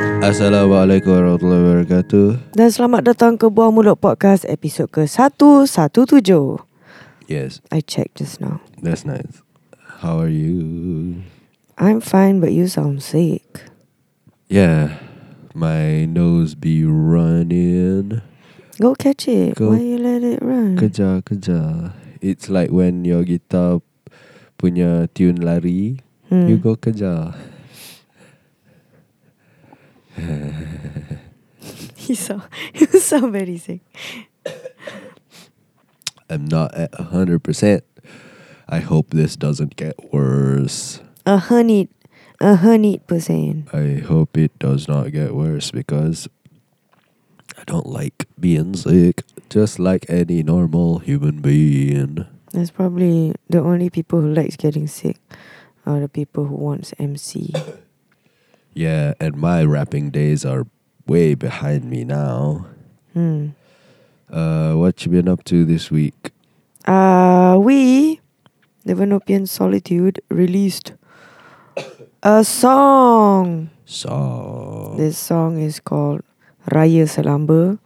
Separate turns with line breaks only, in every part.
Assalamualaikum warahmatullahi wabarakatuh.
Dan selamat datang ke Buah Mulut Podcast episod ke-117.
Yes,
I checked just now.
that's nice. How are you?
I'm fine but you sound sick.
Yeah, my nose be running.
Go catch it.
Go.
Why you let it run?
Kejar, kejar. It's like when your guitar punya tune lari,
Hmm.
you go kejar.
He sound, you sound very sick.
I'm not at 100%. I hope this doesn't get worse.
A hundred, a hundred percent.
I hope it does not get worse because I don't like being sick, just like any normal human being.
That's probably the only people who likes getting sick are the people who wants MC.
Yeah, and my rapping days are way behind me now.
Hmm.
Uh, what you been up to this week?
Uh, we, the Venopian Solitude, released a song.
So
This song is called Raya Selamba.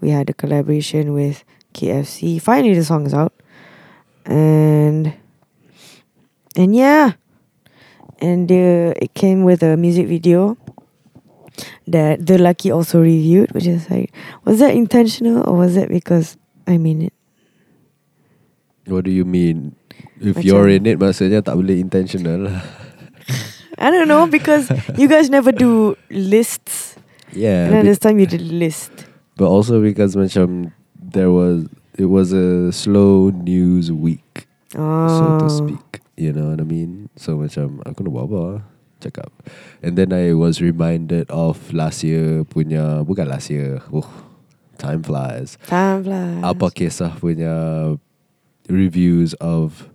We had a collaboration with KFC. Finally, the song is out, and and yeah, and uh, it came with a music video that the Lucky also reviewed, which is like, was that intentional or was that because I mean it?
what do you mean? If
Macam-
you're in it, maksudnya tak boleh intentional lah.
I don't know because you guys never do lists,
yeah,
and then
be-
this time you did list.
but also because macam there was it was a slow news week.
Oh.
so to speak. You know what I mean? So macam aku nak buat apa? Cakap. And then I was reminded of last year punya, bukan last year. Oh, time flies.
Time flies.
Apa kisah punya reviews of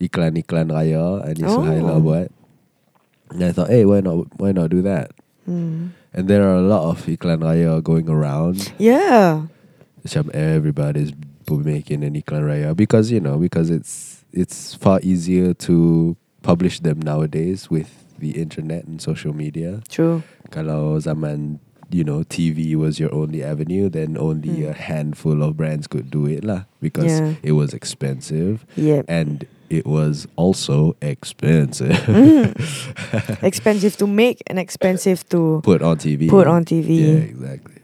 iklan-iklan raya Anis
Oh.
oh. Suhaila buat. And I thought, hey, why not why not do that?
Hmm.
And there are a lot of iklan raya going around.
Yeah.
Macam everybody's b- making an iklan raya because you know because it's it's far easier to publish them nowadays with the internet and social media.
True.
Kalau zaman you know TV was your only avenue, then only
Mm.
a handful of brands could do it lah because
Yeah.
it was expensive
Yeah.
and it was also expensive
Mhm. expensive to make and expensive to
put on TV.
put on TV.
Yeah, exactly.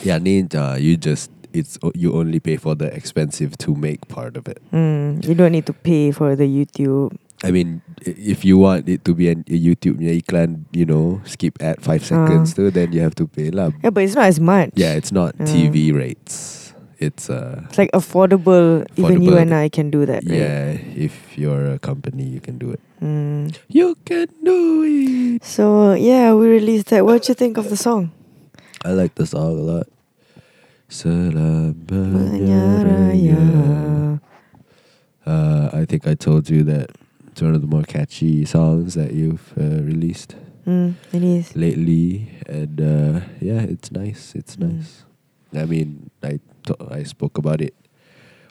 Yeah, ninja, you just it's you only pay for the expensive to make part of it.
Mm, you don't need to pay for the YouTube.
I mean, i- if you want it to be an, a YouTube punya iklan, you know, skip at five seconds too, then you have to pay lah.
Yeah, but it's not as much.
Yeah, it's not
Ah.
TV rates. It's uh,
It's like affordable. Even you
Affordable.
and I can do that. Right?
yeah, if you're a company, you can do it.
Mm.
You can do it.
So yeah, we released that. What you think of the song?
I like the song a lot. Selamanya Raya.
Raya.
Uh, I think I told you that it's one of the more catchy songs that you've uh, released
Mm, it is.
lately, and uh, yeah, it's nice. It's
Mm.
nice. I mean, I to- I spoke about it,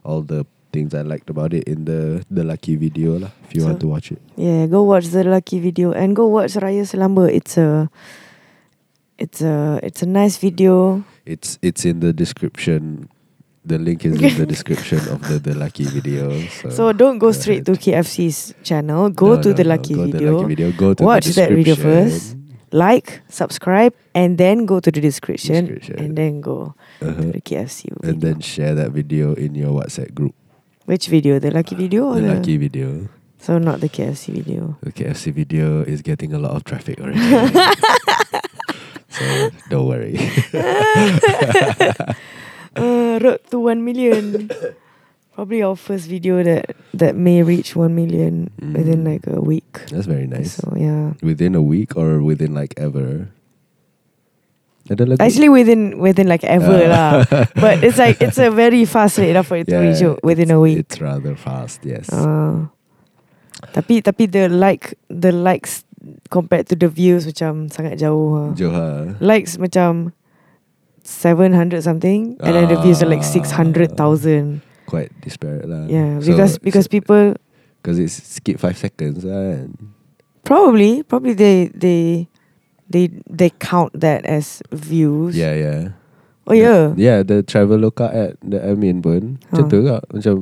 all the things I liked about it in the the lucky video lah. If you want
So-
to watch it,
Yeah, go watch the lucky video and go watch Raya Selamba. It's a, it's a, it's a nice video.
it's it's in the description. The link is in the description of the the lucky video. So,
So don't
go
go straight to
ahead.
KFC's channel. Go
No,
to
no,
the
no,
lucky
go to
video.
lucky video. Go to the
Watch that video first.
description.
like, subscribe, and then go to the description,
Description.
and then go
Uh-huh.
to the KFC. Video.
and then share that video in your WhatsApp group.
which video? The lucky video
Uh,
or
the
the,
lucky video.
So not the KFC video.
The KFC video is getting a lot of traffic already. so don't worry.
Uh, road to one million. Probably our first video that that may reach one million within
Mm.
like a week.
That's very nice.
So yeah,
Within a week or within like ever? Ada lagu?
actually within within like ever
Ah.
lah. But it's like it's a very fast rate lah for it to reach o- within
it's-
a week.
It's rather fast, yes.
Ah. Tapi tapi the like the likes compared to the views macam sangat jauh. Ha.
Joha.
Likes macam 700 something and then the views are like 600,000.
Quite disparate lah.
Yeah,
Ah. So,
because because people
because it's skip five seconds. Right?
probably probably they they They they count that as views.
Yeah, yeah.
Oh yeah.
Yeah, the Traveloka ad that I mean pun macam
Ha.
tu kak. Macam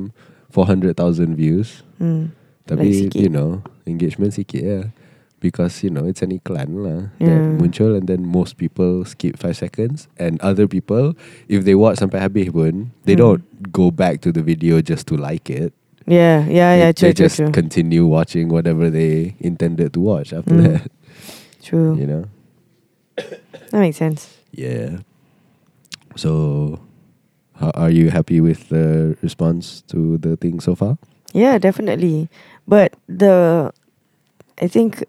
400,000 views.
Mm.
Tapi,
Like sikit.
you know, engagement sikit ya. Because, you know, it's an iklan lah. That
Yeah.
muncul and then most people skip 5 seconds. And other people, if they watch sampai habis pun, they
Hmm.
don't go back to the video just to like it.
Yeah, yeah,
they,
Ah, yeah. True,
they
true,
just
true.
continue watching whatever they intended to watch after
Mm.
that.
true.
You know?
That makes sense.
Yeah. So, ho- are you happy with the response to the thing so far?
Yeah, definitely. But the, I think,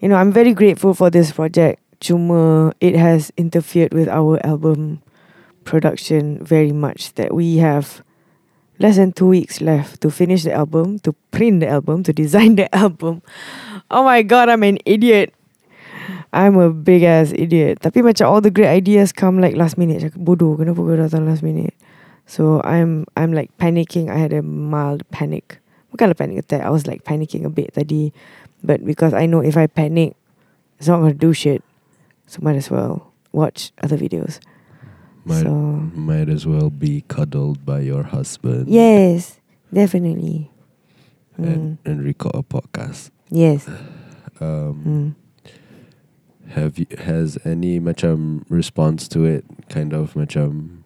you know, I'm very grateful for this project. Cuma it has interfered with our album production very much. That we have less than two weeks left to finish the album, to print the album, to design the album. Oh my god, I'm an idiot. I'm a big ass idiot. Tapi macam all the great ideas come like last minute. Cakap, Bodoh, kenapa kau datang last minute? So I'm I'm like panicking. I had a mild panic. Bukanlah panic attack. I was like panicking a bit tadi. But because I know if I panic, it's not gonna do shit. So might as well watch other videos.
Might,
So-
might as well be cuddled by your husband.
Yes, definitely.
And,
Mm,
and record a podcast.
yes.
Um,
Mm.
Have you, has any macam response to it kind of macam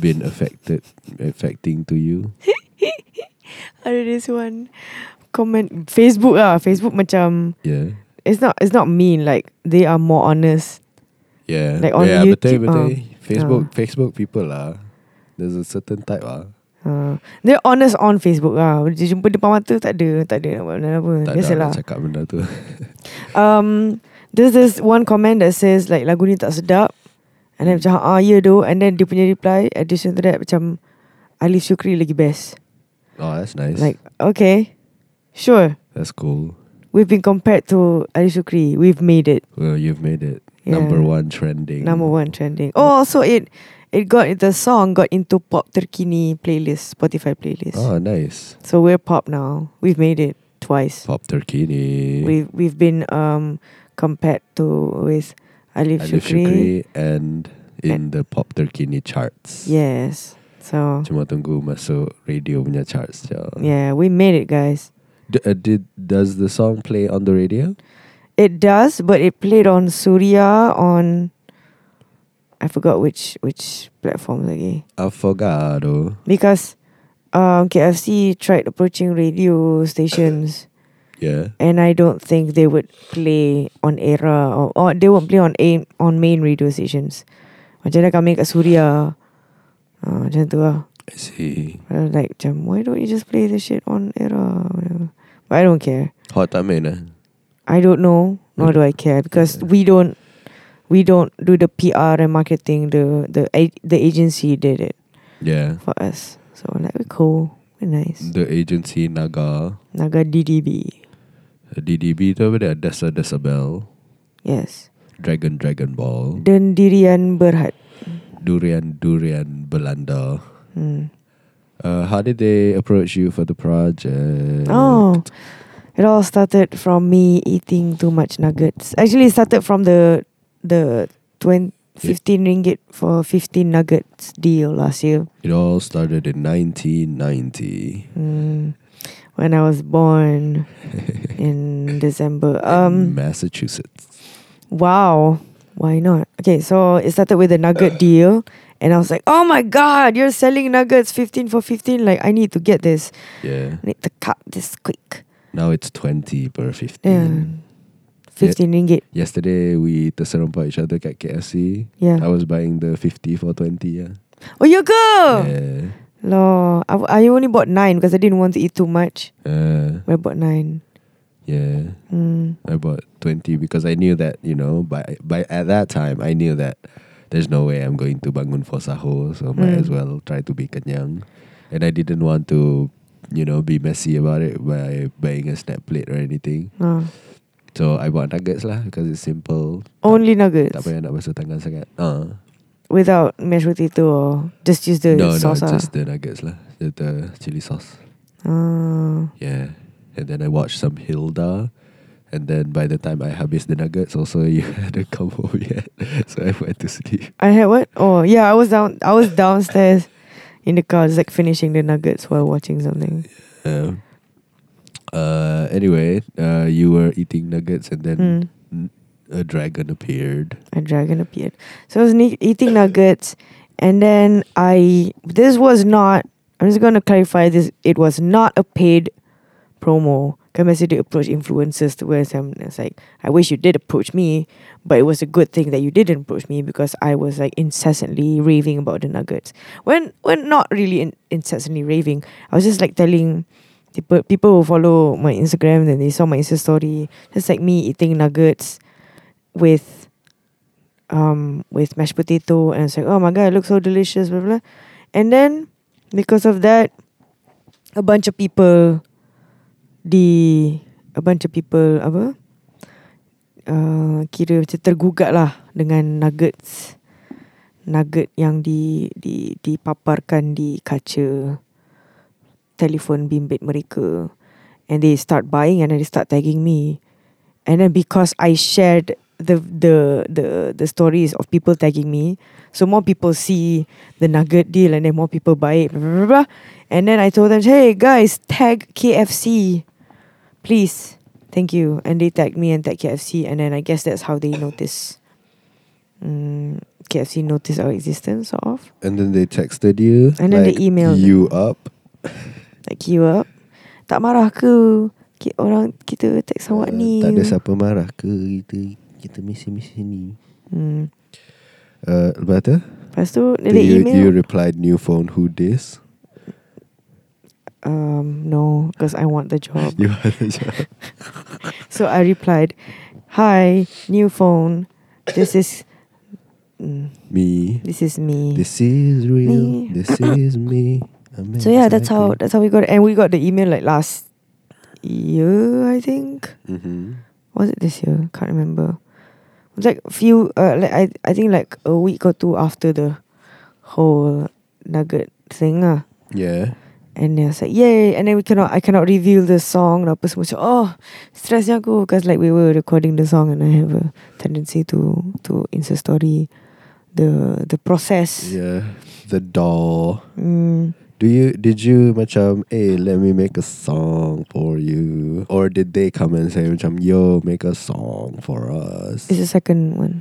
been affected affecting to you?
Ada this one comment Facebook lah. Facebook macam
Yeah.
it's not it's not mean like they are more honest.
Yeah.
Like on
yeah, betul,
YouTube,
betul.
ah.
Facebook
Ah.
Facebook people lah. There's a certain type lah.
Uh, they're honest on Facebook lah. Dia jumpa depan mata tak ada, tak ada nak buat benda apa.
Tak ada
Biasalah.
nak cakap benda tu.
Um, there's this one comment that says like lagu ni tak sedap. And then macam ah yeah doh. And then dia punya reply addition to that macam Alif Shukri lagi best.
Oh, that's nice.
Like okay, sure.
that's cool.
We've been compared to Alif Shukri. We've made it
Well, you've made it
Yeah.
number one trending.
number one trending. Oh, also it it got the song got into pop terkini playlist Spotify playlist.
Oh, nice.
So we're pop now. We've made it twice.
Pop Turkini.
We've we've been um compared to with Alif,
Alif
Shukri.
Shukri and in the Pop Turkini charts.
Yes. So
Cuma tunggu masuk radio punya charts je.
yeah, we made it, guys.
D- uh, did does the song play on the radio?
It does, but it played on Surya on I forgot which which platform lagi
I forgot. Oh.
because um, KFC tried approaching radio stations.
Yeah.
And I don't think they would play on era or, or they won't play on aim on main radio stations. Macam mana kami kat Suria. Uh, macam tu lah.
I see.
I was like, macam, why don't you just play this shit on era? Whatever. But I don't care.
Hot tak main eh?
I don't know, nor do I care because we don't we don't do the PR and marketing. The the a- the agency did it
Yeah.
for us. So like we're cool, we're nice.
The agency Naga
Naga DDB,
DDB tu apa dia? Desa Decibel
yes.
Dragon Dragon Ball
Dan Dirian Berhad.
Durian Durian Belanda
Hmm.
Uh, how did they approach you for the project?
Oh, it all started from me eating too much nuggets. Actually, it started from the the 20, 15 ringgit for 15 nuggets deal last year
It all started in 1990.
mm, when I was born in December.
in
Um,
Massachusetts.
wow, why not? Okay, so it started with a nugget deal. And I was like, oh my God, you're selling nuggets 15 for 15. Like, I need to get this.
Yeah.
I need to cut this quick.
Now it's 20 per 15.
Yeah. 15 ringgit.
Yesterday we terserempak each other kat KFC.
Yeah.
I was buying the 50 for 20. Yeah.
Oh, you go!
Yeah.
Lor, I, I only bought nine because I didn't want to eat too much.
Uh,
But I bought nine.
yeah.
Mm.
I bought 20 because I knew that, you know, by, by at that time, I knew that there's no way I'm going to bangun for sahur, so might
Mm.
as well try to be kenyang. And I didn't want to, you know, be messy about it by buying a snap plate or anything.
Ah.
So I bought nuggets lah because it's simple.
Only
Tak
nuggets
payah nak basuh tangan sangat. Uh.
without mashed potato or just use the
No, no,
sauce. ah.
just the nuggets lah. The, the chili sauce.
Ah.
Yeah. And then I watched some Hilda And then by the time I habis the nuggets, also you hadn't come home yet, so I went to sleep.
I had what? Oh yeah, I was down. I was downstairs in the car, just like finishing the nuggets while watching something.
Um, uh, anyway, uh, you were eating nuggets, and then
Mm.
a dragon appeared.
A dragon appeared. So I was ne- eating nuggets, and then I. This was not. I'm just going to clarify this. It was not a paid promo. Kan biasa dia approach influencers to where some it's like I wish you did approach me, but it was a good thing that you didn't approach me because I was like incessantly raving about the nuggets. When when not really in, incessantly raving, I was just like telling people people who follow my Instagram then they saw my Insta story just like me eating nuggets with um with mashed potato and it's like oh my god it looks so delicious blah blah, blah. and then because of that a bunch of people di a bunch of people apa uh, kira macam tergugat lah dengan nuggets nugget yang di di dipaparkan di kaca telefon bimbit mereka and they start buying and then they start tagging me and then because I shared the the the the stories of people tagging me so more people see the nugget deal and then more people buy it blah, blah, blah, blah. and then I told them hey guys tag KFC please thank you and they tagged me and tagged KFC and then I guess that's how they notice mm, KFC noticed our existence sort of
And then they texted you.
And then they
like,
emailed.
you up.
like you up tak marah ke Ki- orang kita tag
Awak
awak ni
Uh, Tak ada siapa marah ke kita kita misi-misi ni.
hmm.
Uh, lepas tu,
lepas tu dia
do
ada
you,
email
you replied new phone who this?
um no because I want the job
You are the job.
So I replied, "Hi, new phone. This is mm,
me.
this is me."
This is real.
Me.
This is me. I'm
so yeah, that's
anxiety.
how that's how we got and we got the email like last year, I think.
Mhm.
Was it this year? Can't remember. It was like few uh, like I I think like a week or two after the whole nugget thing ah.
Yeah.
And then I was like, yay! And then we cannot, I cannot reveal the song. And I was like, oh, stressnya aku. Because like we were recording the song and I have a tendency to to insta story the the process.
Yeah. The doll.
Mm,
Do you did you macam hey let me make a song for you or did they come and say macam yo make a song for us?
it's the second one.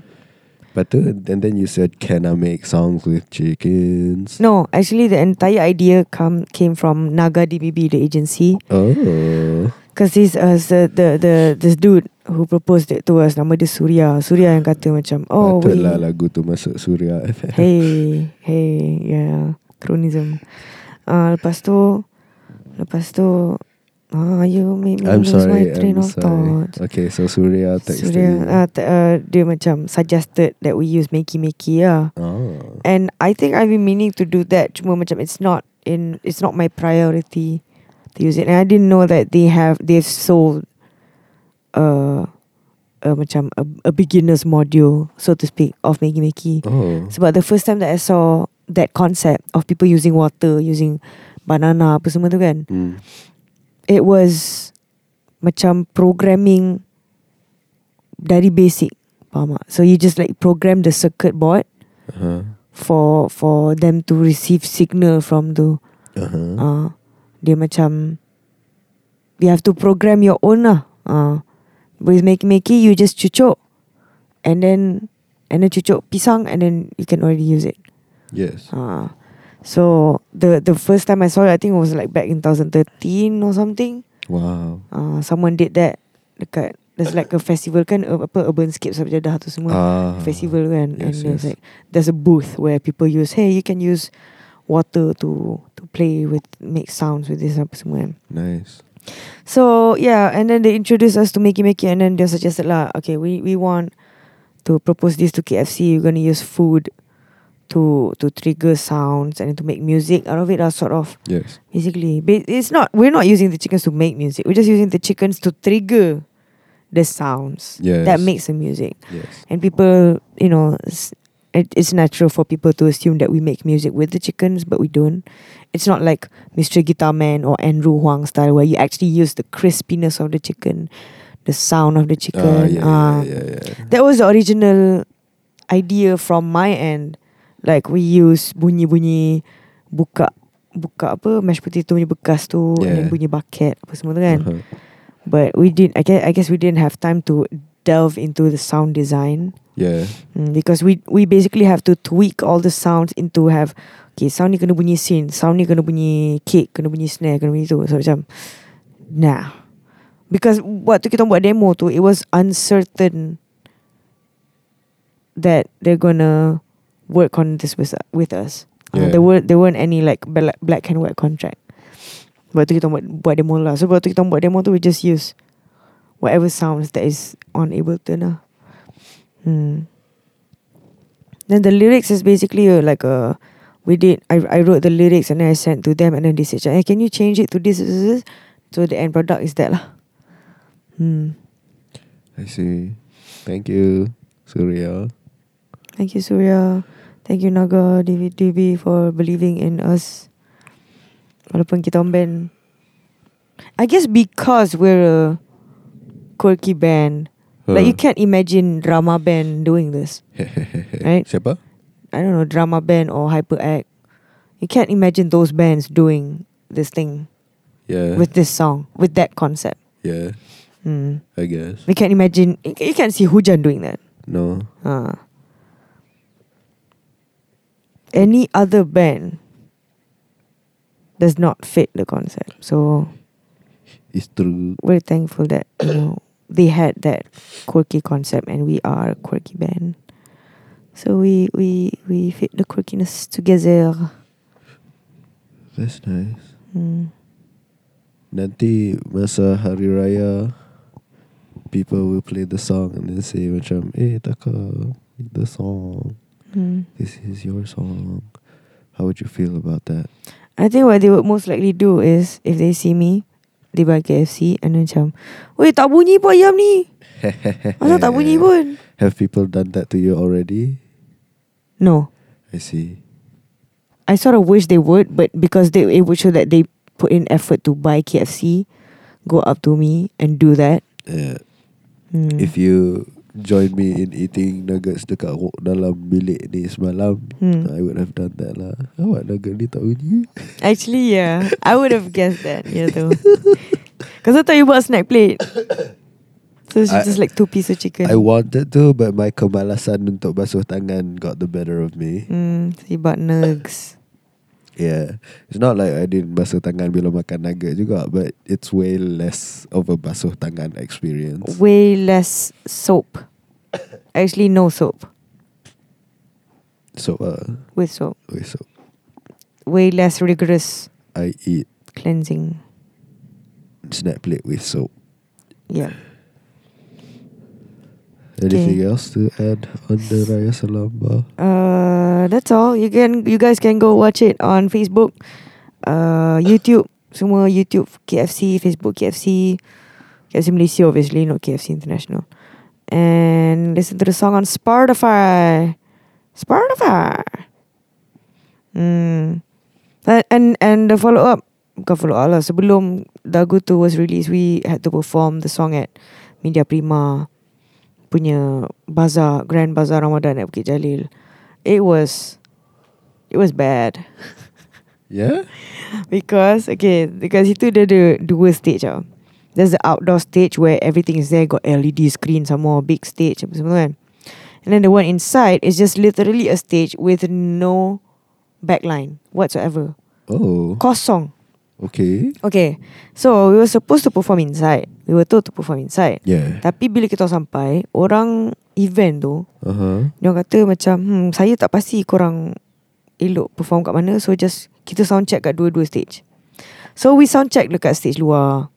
But tu, and then you said can I make songs with chickens?
No, actually the entire idea come came from Naga DBB, the agency.
Oh.
Because this uh, the, the the this dude who proposed it to us, nama dia Surya. Surya yang kata macam, oh, we,
Patutlah lagu tu masuk Suria FM.
Hey, hey, yeah, cronyism. Ah, uh, lepas tu, lepas tu, ah, you make me
I'm
lose
sorry.
my train
I'm
of
sorry.
thought.
Okay, so Suria texted
Surya,
you.
ah, t- uh, dia macam suggested that we use Makey Makey lah.
oh.
And I think I've been meaning to do that. Cuma macam it's not in, it's not my priority to use it. And I didn't know that they have they've sold, uh, a macam a, a beginners module, so to speak, of Makey Makey.
Oh.
Sebab the first time that I saw that concept of people using water, using banana apa semua tu kan,
Mm.
it was macam programming dari basic. Faham tak? So you just like program the circuit board
Uh-huh.
for for them to receive signal from the
Uh-huh.
uh, dia macam you have to program your own lah. Uh, with make makey you just cucuk and then and then cucuk pisang and then you can already use it.
Yes.
Ah. So the the first time I saw it, I think it was like back in 2013 or something.
Wow.
Uh, someone did that dekat there's like a festival kan ur- apa urban scape Sabjadah tu semua
Ah.
festival kan and
yes,
there's
yes.
like there's a booth where people use hey you can use water to to play with make sounds with this apa semua kan.
Nice.
So yeah, and then they introduced us to Makey Makey, and then they suggested lah, okay, we we want to propose this to KFC. We're gonna use food to to trigger sounds and to make music out of it. Are sort of
Yes.
basically, ba- it's not we're not using the chickens to make music. We're just using the chickens to trigger the sounds
Yes.
that makes the music.
Yes.
And people, you know, s- it, it's natural for people to assume that we make music with the chickens, but we don't. It's not like Mr. Guitar Man or Andrew Huang style where you actually use the crispiness of the chicken, the sound of the chicken.
Ah, yeah,
Ah.
yeah, yeah, yeah.
That was the original idea from my end. Like we use bunyi-bunyi buka buka apa mashed potato punya bekas tu and then
Yeah.
bunyi bucket apa semua tu kan.
Uh-huh.
But we didn't I guess, I guess we didn't have time to delve into the sound design
Yeah.
mm, because we we basically have to tweak all the sounds into have okay sound ni kena bunyi synth, sound ni kena bunyi kick, kena bunyi snare, kena bunyi tu. So macam nah. Because waktu kita buat demo tu it was uncertain that they're gonna work on this with with us. Uh,
Yeah.
there were there weren't any like black, black and white contract. Waktu kita buat, buat demo lah. So waktu kita buat demo tu we just use whatever sounds that is on Ableton lah. Hmm. Then the lyrics is basically uh, like a we did I I wrote the lyrics and then I sent to them and then they said, "Hey, can you change it to this, this, this?" So the end product is that lah. Hmm.
I see. Thank you, Surya.
Thank you, Surya. Thank you, Naga, DB, DB for believing in us. Walaupun kita orang band. I guess because we're a quirky band. Like you can't imagine drama band doing this. right?
Siapa?
I don't know, drama band or hyperact. You can't imagine those bands doing this thing
Yeah.
with this song, with that concept.
yeah.
Mm.
I guess.
We can't imagine, you ca- you can't see Hujan doing that.
No.
Uh. Any other band does not fit the concept. So
It's true.
we're thankful that you know they had that quirky concept and we are a quirky band. So we we we fit the quirkiness together.
That's nice.
Mm.
Nanti masa hari raya, people will play the song and then say macam, eh Taka, the song.
Mm.
This is your song. How would you feel about that?
I think what they would most likely do is if they see me, they buy KFC and then macam, Weh tak bunyi pun ayam ni. Asal tak bunyi pun?
Have people done that to you already?
No.
I see.
I sort of wish they would, but because they it would show that they put in effort to buy KFC, go up to me and do that.
Yeah.
Hmm.
Uh, If you join me in eating nuggets dekat wo- dalam bilik ni semalam,
Hmm.
I would have done that lah. Awak nugget ni tak bunyi?
Actually, yeah, I would have guessed that. Yeah, though, because I thought you bought a snack plate. So it's
I-
just like two piece of chicken.
I wanted to but my kemalasan untuk basuh tangan got the better of me.
Hmm, so you bought nugs.
Yeah. It's not like I didn't basuh tangan bila makan nugget juga but it's way less of a basuh tangan experience.
Way less soap. Actually, no soap
So uh,
with soap.
okay, so
Way less rigorous
I eat
cleansing.
snack plate with soap.
Yeah.
Anything else to add on the Raya Salamba?
Uh, that's all. You can you guys can go watch it on Facebook, uh, YouTube, semua YouTube KFC, Facebook KFC, KFC Malaysia obviously, not KFC International, and listen to the song on Spotify, Spotify. Hmm. And and, and the follow up, bukan follow up lah. Sebelum lagu tu was released, we had to perform the song at Media Prima punya bazaar, Grand Bazaar Ramadan at Bukit Jalil. It was it was bad
Yeah?
because okay because itu dia ada dua stage tau. There's the outdoor stage where everything is there, got LED screen some more, big stage apa semua kan. And then the one inside is just literally a stage with no backline whatsoever.
Oh.
Kosong.
Okay.
Okay. So we were supposed to perform inside. We were told to perform inside.
Yeah.
Tapi bila kita sampai, orang event tu
Uh-huh.
Dia orang kata macam hmm, Saya tak pasti korang Elok perform kat mana So just Kita sound check kat dua-dua stage So we sound check dekat stage luar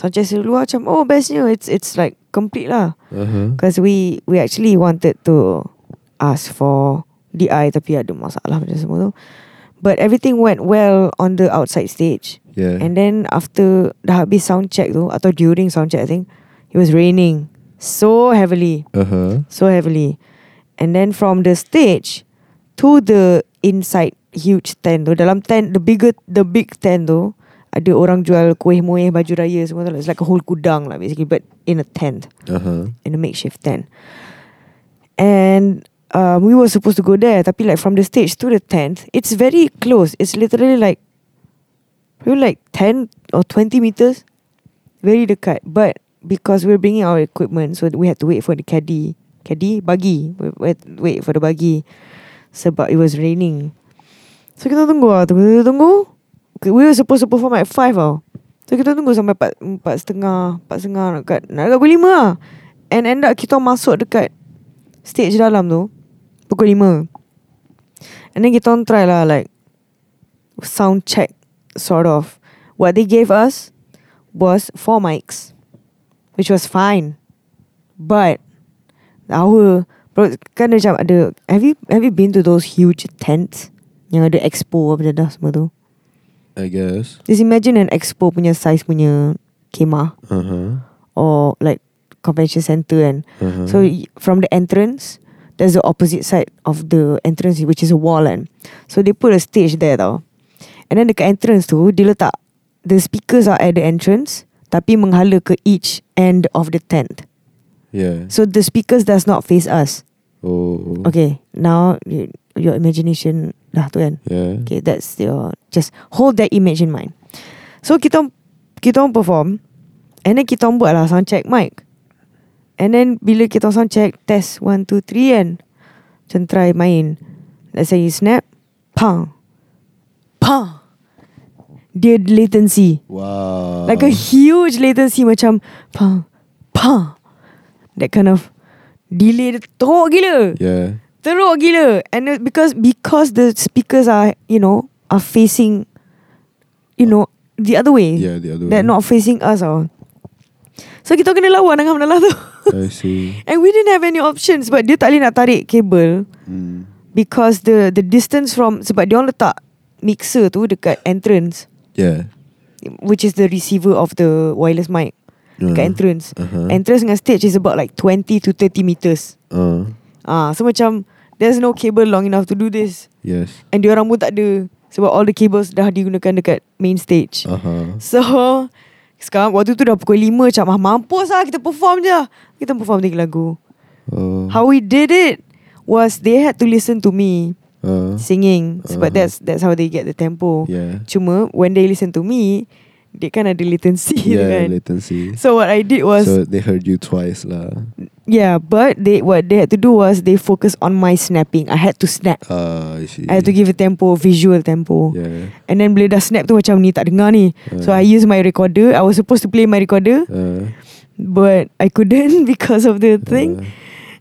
Sound check stage luar macam Oh bestnya It's it's like complete lah
Uh-huh.
Because we We actually wanted to Ask for DI Tapi ada masalah macam semua tu But everything went well On the outside stage
Yeah.
And then after Dah habis sound check tu Atau during sound check I think It was raining So heavily
uh-huh.
so heavily. And then from the stage to the inside huge tent tu, dalam tent, the bigger, the big tent tu, ada orang jual kuih muih baju raya semua tu lah. It's like a whole kudang lah basically but in a tent,
Uh-huh.
in a makeshift tent. And um, we were supposed to go there tapi like from the stage to the tent, it's very close. It's literally like maybe like 10 or 20 meters. Very dekat. But because we're bringing our equipment so we had to wait for the caddy. Caddy? Bagi. We we had to wait for the bagi sebab it was raining. So kita tunggu lah Tunggu tunggu tunggu Okay, We were supposed to perform at oh. 5 tau So kita tunggu sampai 4 4 setengah 4 setengah nak dekat Nak dekat pukul 5 lah And end up kita masuk dekat Stage dalam tu Pukul 5 And then kita orang try lah like Sound check Sort of What they gave us Was 4 mics Which was fine But Our bro, Kan dia macam ada Have you Have you been to those huge tents Yang ada expo Apa dah semua tu
I guess.
Just imagine an expo punya size punya kemah
Uh-huh.
or like convention center and
Uh-huh.
so y- from the entrance there's the opposite side of the entrance which is a wall and so they put a stage there tau and then dekat entrance tu dia letak the speakers are at the entrance tapi menghala ke each end of the tent
yeah.
so the speakers does not face us
oh.
okay now y- your imagination dah tu kan
Yeah.
Okay, that's your just hold that image in mind. So kita kita orang perform and then kita orang buat lah sound check mic. And then bila kita orang sound check test 1 2 3 kan. Macam try main. Let's say you snap. Pang. Pang. Dia latency.
Wow.
Like a huge latency macam pang pang. That kind of delay dia teruk gila.
Yeah.
Teruk gila. And it- because because the speakers are, you know, are facing you know the other way.
Yeah, the other
They're
way.
not facing us all. So kita kena lawan dengan benda lah tu.
I see.
And we didn't have any options but dia tak boleh nak tarik kabel
Mm.
because the the distance from sebab dia orang letak mixer tu dekat entrance
Yeah.
which is the receiver of the wireless mic
Uh,
dekat entrance.
Uh-huh.
Entrance dengan stage is about like 20 to 30 meters.
uh,
Ah, so macam there's no cable long enough to do this.
yes.
And diorang pun tak ada Sebab all the cables dah digunakan dekat main stage
Uh-huh.
So Sekarang waktu tu dah pukul 5 Macam ah, mampus lah kita perform je Kita perform tiga lagu
Oh.
How we did it Was they had to listen to me
Uh,
Singing Sebab
Uh-huh.
that's that's how they get the tempo
yeah.
Cuma when they listen to me They kan ada latency tu
Yeah,
kan
latency.
So what I did was
so they heard you twice lah.
Yeah but they What they had to do was They focus on my snapping I had to snap
Ah, I see.
I had to give a tempo Visual tempo
Yeah.
And then bila dah snap tu macam ni tak dengar ni. So I use my recorder. I was supposed to play my recorder
Uh,
but I couldn't because of the thing.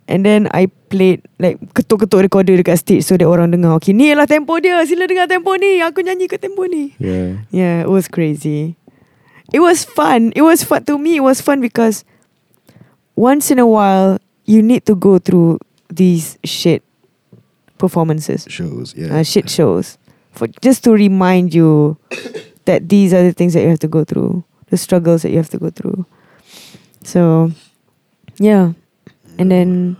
And then I played like ketuk-ketuk recorder dekat stage so that orang dengar. Okay, ni lah tempo dia. Sila dengar tempo ni. Aku nyanyi ke tempo ni.
yeah.
Yeah, it was crazy. It was fun. It was fun to me. It was fun because once in a while you need to go through these shit performances.
Shows. Yeah.
uh, shit shows for just to remind you that these are the things that you have to go through the struggles that you have to go through so yeah and then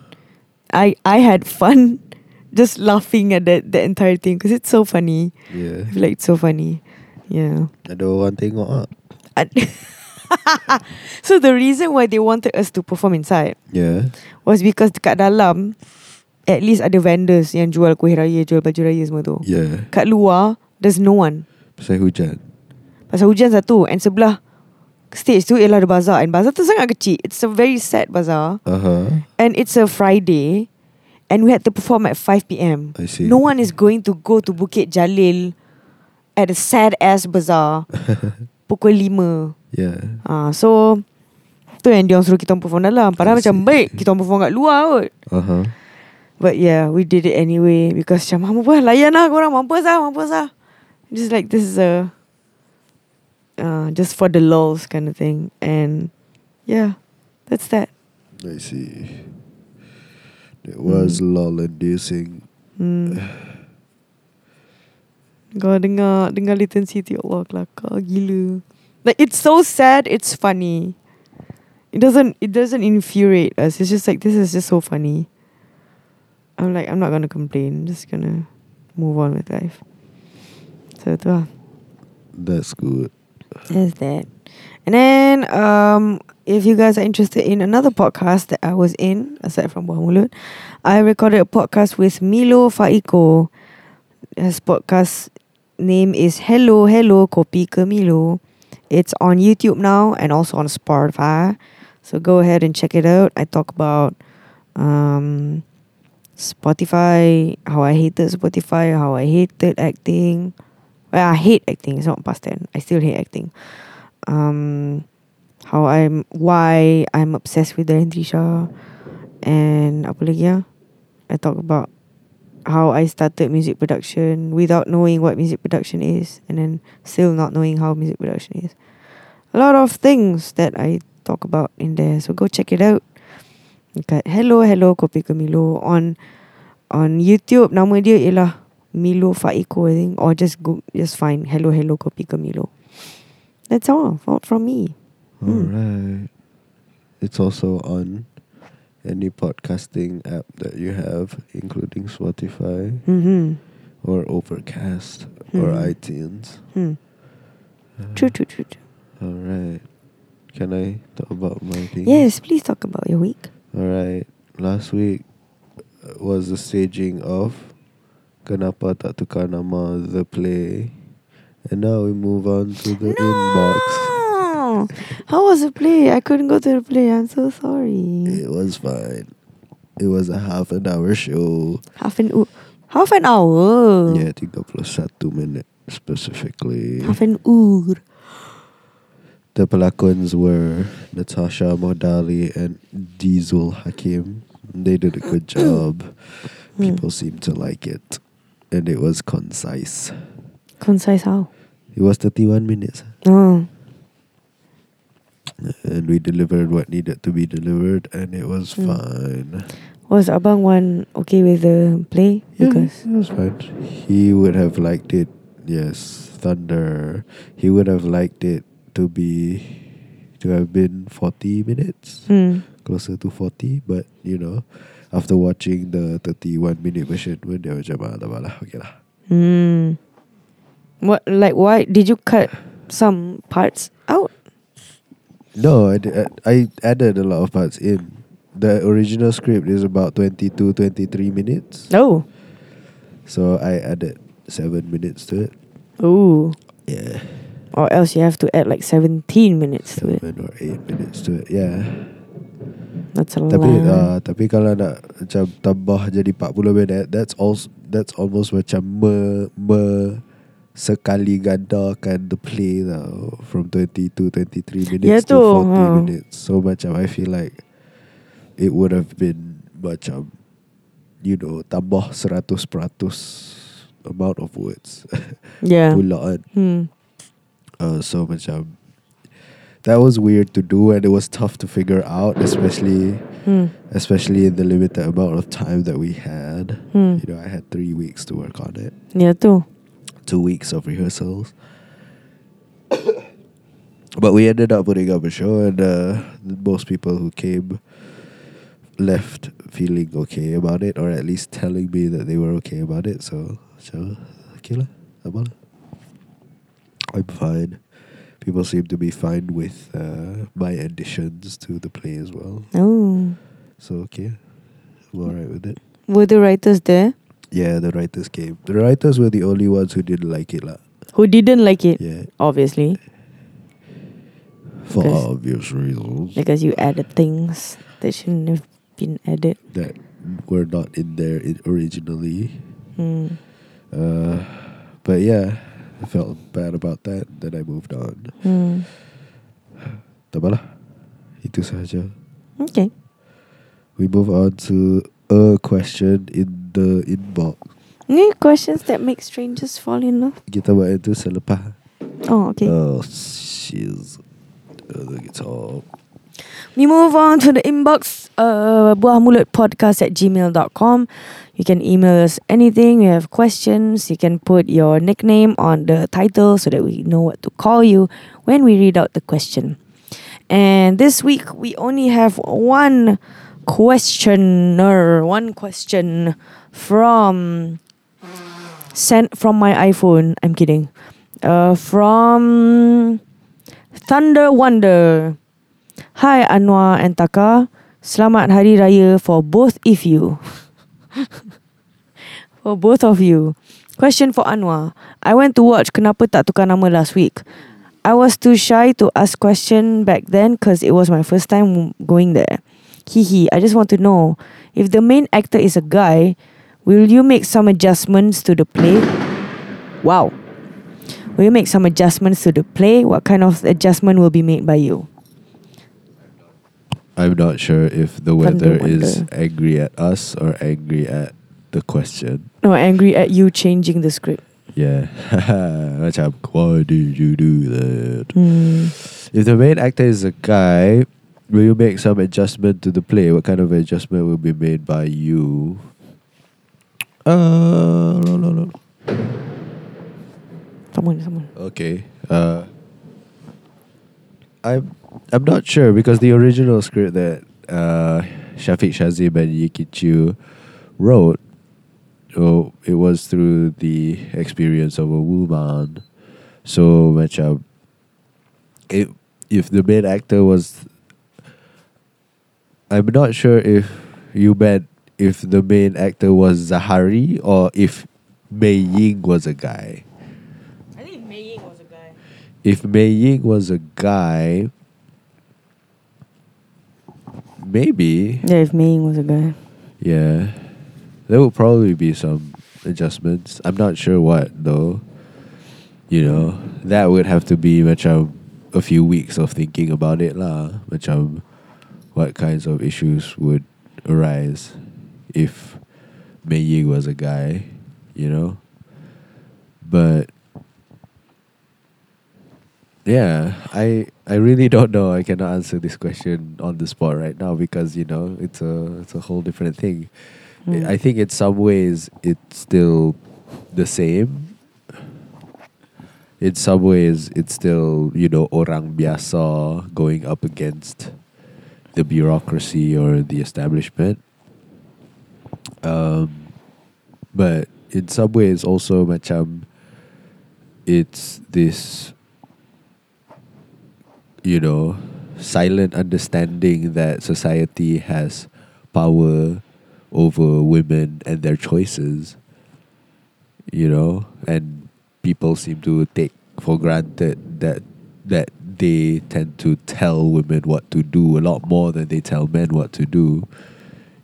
i i had fun just laughing at that the entire thing because it's so funny
yeah.
I feel like it's so funny yeah
Ada orang tengok ah.
I- so the reason why they wanted us to perform inside
Yeah.
was because dekat dalam at least ada vendors yang jual kuih raya jual baju raya semua tu
Yeah.
kat luar there's no one
Pasal hujan.
Pasal hujan satu And sebelah Stage tu ialah the bazaar And bazaar tu sangat kecil It's a very sad bazaar
Uh-huh.
And it's a Friday And we had to perform at 5pm
I see.
No one is going to go to Bukit Jalil At a sad ass bazaar Pukul 5
Yeah.
uh, So Tu yang diorang suruh kita orang perform dalam
I
Padahal
see.
macam baik Kita orang perform kat luar kot
Uh-huh.
But yeah, we did it anyway because macam mampus lah, layan lah korang, mampus lah, mampus lah. Just like this is a, uh, just for the lulz kind of thing. And yeah, that's that.
I see. It was lull inducing.
Hmm. Kau dengar, dengar latency tu, ya Allah, kelakar gila. Like, it's so sad, it's funny. It doesn't, it doesn't infuriate us. It's just like, this is just so funny. I'm like, I'm not gonna complain. I'm just gonna move on with life. So, tu lah.
That's good.
There's that. And then um if you guys are interested in another podcast that I was in, aside from Buah Mulut, I recorded a podcast with Milo Faiko. His podcast name is Hello Hello Kopi Ke Milo. It's on YouTube now and also on Spotify. So go ahead and check it out. I talk about um, Spotify, how I hated Spotify, how I hated acting. Well, I hate acting. It's not past tense. I still hate acting. Um, how I'm, why I'm obsessed with Darren Trisha, and apa lagi ya? I talk about how I started music production without knowing what music production is, and then still not knowing how music production is. A lot of things that I talk about in there. So go check it out. Dekat Hello Hello Kopi Ke Milo on on YouTube nama dia ialah Milo Faiko I think or just go just find Hello Hello Kopi Ke Milo. That's all from, from me. Hmm.
Alright. It's also on any podcasting app that you have, including Spotify
Mm-hmm.
or Overcast or
Mhm.
iTunes.
Hmm. True, true, true, true.
Alright. Can I talk about my thing?
Yes, please talk about your week.
Alright. Last week was the staging of Kenapa Tak Tukar Nama the play. And now we move on to the inbox.
no! How was the play? I couldn't go to the play. I'm so sorry.
It was fine. It was a half an hour show.
Half an o- half an hour.
Yeah, 31 minute specifically.
Half an hour.
The pelakons were Natasha Modali and Diesel Hakim. They did a good job.
Hmm.
People seemed to like it. And it was concise.
Concise how?
It was 31 minutes.
Oh.
And we delivered what needed to be delivered, and it was
Hmm.
fine.
Was Abang one okay with the play?
Yeah,
Because
it was fine. He would have liked it. Yes, Thunder. He would have liked it to be to have been 40 minutes.
Hmm.
closer to 40 but you know after watching the 31 minute version pun dia macam ah, tak apa lah okay lah
Hmm. What like why did you cut some parts out?
no I, di- I, I added a lot of parts in the original script is about 22 23 minutes
No.
so I added 7 minutes to it
Ooh.
yeah
Oh. Or else you have to add like seventeen minutes to it.
7 or 8 minutes to it yeah
That's a
tapi
lot.
uh, tapi kalau nak macam tambah jadi 40 minit that's also that's almost macam me, me sekali gandakan the play tau from 20 to 23 minutes
Ya
to 40
tu, ha.
minutes so macam I feel like it would have been macam you know tambah 100% amount of words
yeah.
pula kan
Hmm.
uh, so macam that was weird to do and it was tough to figure out especially
Hmm.
especially in the limited amount of time that we had.
Hmm.
You know, I had three weeks to work on it,
Yeah too.
two weeks of rehearsals. but we ended up putting up a show, and uh, most people who came left feeling okay about it, or at least telling me that they were okay about it. So, so okay lah, tak apa lah. I'm fine. People seem to be fine with uh, my additions to the play as well.
Oh.
So okay, I'm alright with it.
Were the writers there
Yeah, the writers came. The writers were the only ones who didn't like it, lah.
who didn't like it?
Yeah,
Obviously.
for
Because-
obvious reasons
Because you added things that shouldn't have been added.
that were not in there i- originally.
Hmm.
Uh, but yeah, I felt bad about that. Then I moved on.
Hmm.
Tak apa lah. Itu sahaja.
Okay.
We move on to a question in the inbox.
Any questions that make strangers fall in love?
Kita buat itu selepas.
Oh, okay.
Oh, she's uh, the guitar.
We move on to the inbox, uh, buahmulutpodcast at gmail.com. You can email us anything. You have questions. You can put your nickname on the title so that we know what to call you when we read out the question. And this week, we only have one questioner, one question from sent from my iPhone. I'm kidding. Uh, from Thunder Wonder. Hi Anwar and Taka. Selamat Hari Raya for both of you. for both of you. Question for Anwar. I went to watch Kenapa Tak Tukar Nama last week. I was too shy to ask question back then because it was my first time going there. Hee hee. I just want to know if the main actor is a guy, will you make some adjustments to the play? Wow. Will you make some adjustments to the play? What kind of adjustment will be made by you?
I'm not sure if the
Thunder
weather is
Wonder.
angry at us or angry at the question.
No, angry at you changing the script.
Yeah. Macam, why did you do that? If the main actor is a guy, will you make some adjustment to the play? What kind of adjustment will be made by you? Uh, no, no, no.
Someone, someone.
Okay. Uh, I'm I'm not sure because the original script that uh, Shafiq Shazim and Yikichu wrote, oh, it was through the experience of a woman. So macam, it, if the main actor was, I'm not sure if you meant if the main actor was Zahari or if Mei Ying was a guy
I think Mei Ying was a guy.
if Mei Ying was a guy, maybe,
Yeah, if Mei Ying was a guy.
yeah, there would probably be some adjustments. I'm not sure what though. You know, that would have to be macam a few weeks of thinking about it lah. Macam what kinds of issues would arise if Mei Ying was a guy, you know. But yeah, I I really don't know. I cannot answer this question on the spot right now because you know it's a it's a whole different thing.
Mm.
I think in some ways it's still the same. In some ways, it's still you know orang biasa going up against the bureaucracy or the establishment. Um, but in some ways also macam it's this you know silent understanding that society has power over women and their choices you know and people seem to take for granted that that they tend to tell women what to do a lot more than they tell men what to do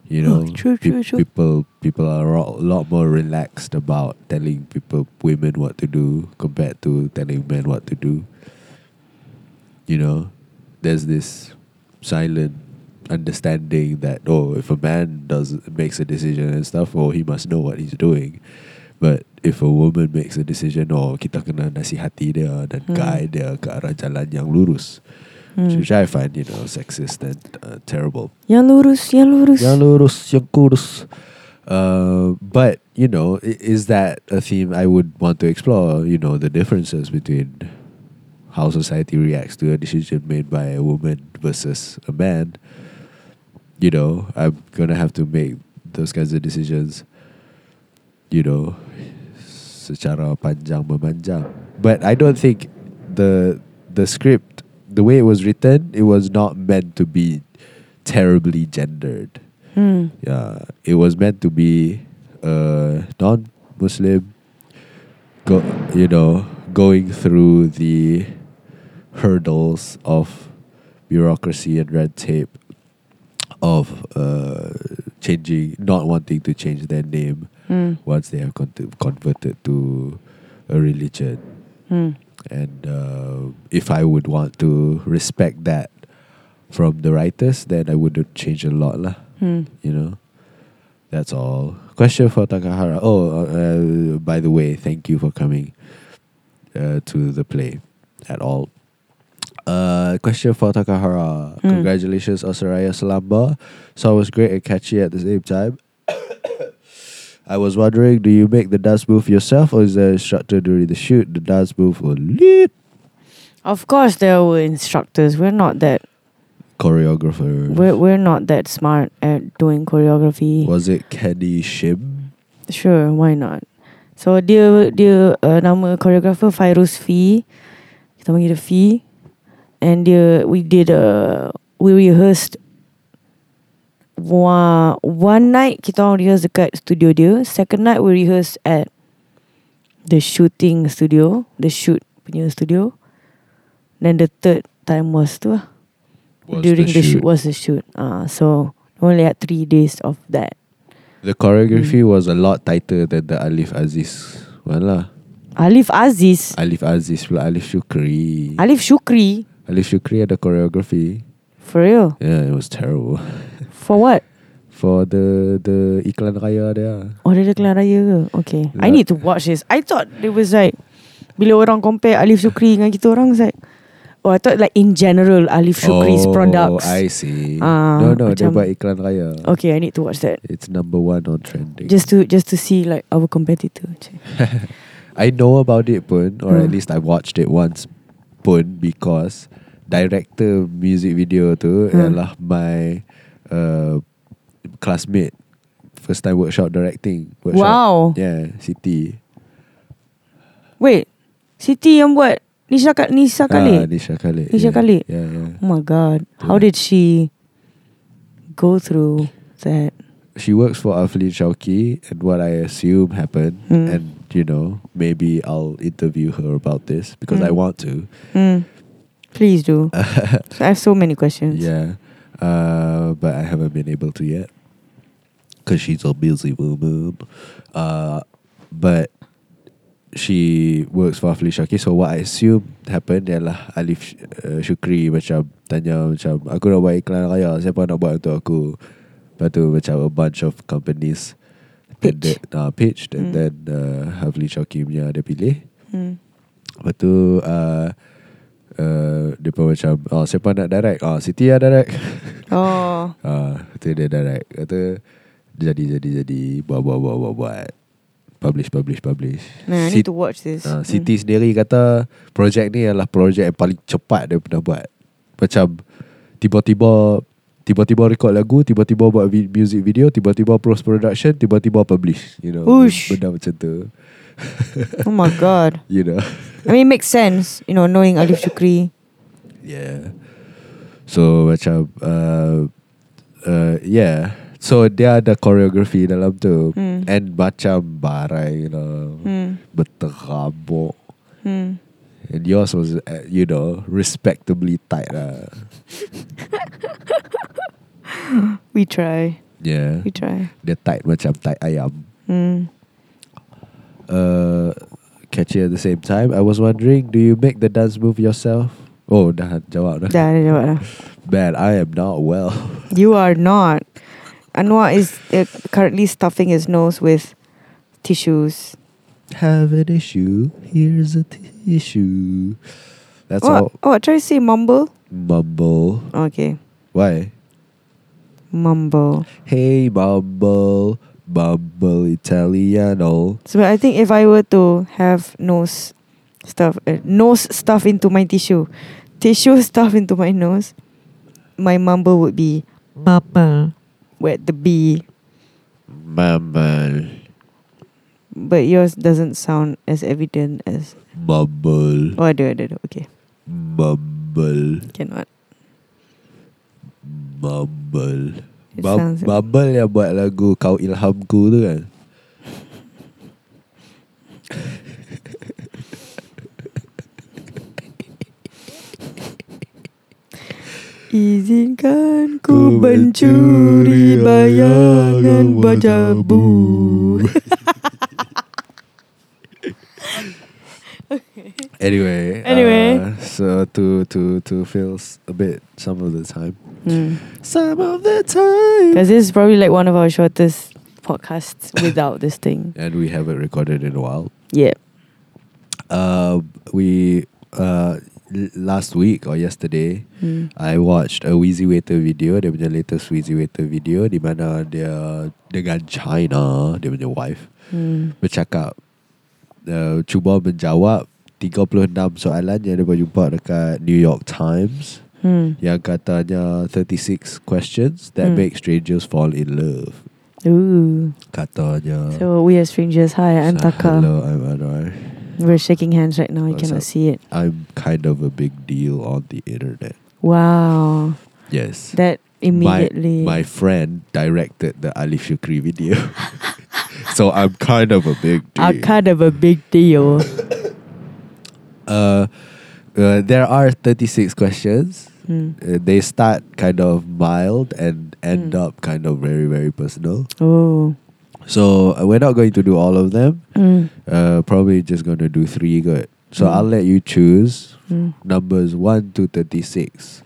you know
Oh, true,
Pe-
true, true.
people people are a lot more relaxed about telling people women what to do compared to telling men what to do you know, there's this silent understanding that oh, if a man does makes a decision and stuff, oh, he must know what he's doing. But if a woman makes a decision, oh, kita kena nasihati dia dan
Hmm.
guide dia ke arah jalan yang lurus, which I find you know sexist and uh, terrible.
Yang lurus, yang lurus.
Yang lurus, yang kurus. Uh, but you know, i- is that a theme I would want to explore? You know, the differences between how society reacts to a decision made by a woman versus a man. You know, I'm gonna have to make those kinds of decisions. You know, secara panjang memanjang. But I don't think the the script, the way it was written, it was not meant to be terribly gendered.
Hmm.
Yeah, it was meant to be a non-Muslim, go, you know, going through the hurdles of bureaucracy and red tape, of uh, changing, not wanting to change their name
Hmm.
once they have con- converted to a religion
Hmm.
and uh, if I would want to respect that from the writers, then I would change a lot lah.
Hmm.
You know, that's all. Question for Takahara. Oh, uh, uh, by the way, thank you for coming uh, to the play at all. Uh, question for Takahara.
Mm.
Congratulations, Osaraya Salamba. So it was great and catchy at the same time. I was wondering, do you make the dance move yourself or is there an instructor during the shoot? The dance move will lead
Of course, there were instructors. We're not that.
choreographer.
We're we're not that smart at doing choreography.
was it Kenny Shim?
Sure, why not? So dia dia uh, nama choreographer Fairuz Fi. Kita panggil dia Fi. and dia we did a we rehearsed one, one night kita orang rehearse dekat studio dia second night we rehearse at the shooting studio the shoot punya studio then the third time was tu lah
was
during the, shoot.
shoot.
was the shoot uh, so only had three days of that
The choreography
Mm.
was a lot tighter than the Alif Aziz one lah.
Alif Aziz
Alif Aziz pula Alif Shukri.
Alif Shukri
Alif Shukri had the choreography.
for real
Yeah, it was terrible.
for what
For the the iklan raya there.
Oh dia Declan Raya ke Okay
Lah.
I need to watch this I thought it was like Bila orang compare Alif Shukri dengan kita orang It's like Oh I thought like in general Alif Shukri's
oh,
products
I see.
Ah,
no, no, dia
macam-
buat iklan raya.
Okay I need to watch that
It's number one on trending.
Just to just to see like our competitor macam.
I know about it pun or at
Hmm.
least I watched it once pun because director music video tu
Hmm.
ialah my uh, classmate first time workshop directing workshop.
Wow
Yeah, Siti.
Wait Siti yang buat Nisha, Ka- Nisa
Ah,
Khalid
Nisha Khalid.
Nisha
yeah.
Khalid.
Yeah, yeah.
Oh my god How
Yeah.
did she Go through that
She works for Aflin Shauki and what I assume happened
Hmm.
and you know, maybe I'll interview her about this because I
Hmm.
want to.
Hmm. Please do I have so many questions
Yeah. Uh, but I haven't been able to yet. Because she's a busy woman. Uh, but she works for Afli Shaki. So what I assume happened ialah Alif uh, Shukri macam tanya macam aku nak buat iklan raya. Siapa nak buat untuk aku? Lepas tu macam a bunch of companies then
Pitch.
they- uh, pitched and
Mm.
then uh, Afli Shaki punya dia pilih.
Hmm.
Lepas tu uh, uh, Dia pun macam oh, Siapa nak direct oh, Siti lah direct
Oh
uh, Itu dia direct Kata Jadi jadi jadi Buat buat buat buat buat Publish publish publish
Nah, I
Sit-
need to watch this.
uh,
Mm.
Siti sendiri kata Projek ni adalah projek yang paling cepat Dia pernah buat Macam Tiba-tiba Tiba-tiba record lagu Tiba-tiba buat vi- music video Tiba-tiba post production Tiba-tiba publish You know
Ush.
Benda macam tu
Oh my god.
You know
I mean, it makes sense, you know, knowing Alif Shukri.
Yeah. So macam uh, uh, yeah. So dia ada choreography dalam tu
Hmm.
and macam barai you know
Hmm.
berterabuk
Hmm.
and yours was uh, you know respectably tight uh. lah.
We try.
Yeah.
We try.
Dia tight macam tight ayam.
Hmm.
Uh, catchy at the same time. I was wondering, do you make the dance move yourself? Oh, dah jawab dah.
Dah, dah jawab dah.
Man, I am not well.
You are not. Anwar is uh, currently stuffing his nose with tissues.
Have an issue. Here's a tissue. That's all.
oh, oh, try to say mumble.
Mumble.
Okay.
Why?
Mumble.
Hey, Mumble. Mumble Italiano.
So I think if I were to have nose stuff, uh, nose stuff into my tissue, tissue stuff into my nose, my mumble would be mumble with the B,
Mumble.
but yours doesn't sound as evident as.
Mumble.
Oh, I do, I do, I do. Okay,
Mumble.
cannot.
Mumble.
It
Bum-
sounds-
Mumble yang buat lagu Kau Ilhamku tu kan?
Izinkan ku mencuri bayangan wajahmu.
Anyway,
Anyway.
uh, so to to to feel s- a bit some of the time,
Hmm.
some of the time,
Because this is probably like one of our shortest podcasts without this thing.
and we haven't recorded in a while.
Yeah.
Uh, we uh l- last week or yesterday,
Hmm.
I watched a Wheezy Waiter video. Dia punya latest Wheezy Waiter video di mana dia dengan China, dia punya wife
Hmm.
bercakap uh, cuba menjawab 36 soalan yang dia jumpa dekat New York Times.
Hmm.
yang katanya 36 questions that
Hmm.
make strangers fall in love.
Ooh.
Katanya.
So we are strangers. Hi, I'm
Sa-
Taka.
Hello, I'm Anwar.
We're shaking hands right now. You
What's up?
cannot see it.
I'm kind of a big deal on the internet.
Wow.
Yes.
That immediately.
My, my friend directed the Alif Shukri video. so I'm kind of a big deal.
are kind of a big deal.
uh, uh, there are 36 questions.
Hmm.
Uh, they start kind of mild and end
Mm.
up kind of very, very personal.
Oh.
So uh, we're not going to do all of them.
Mm.
Uh, probably just going to do three good. So
Mm.
I'll let you choose
Mm.
numbers 1 to 36.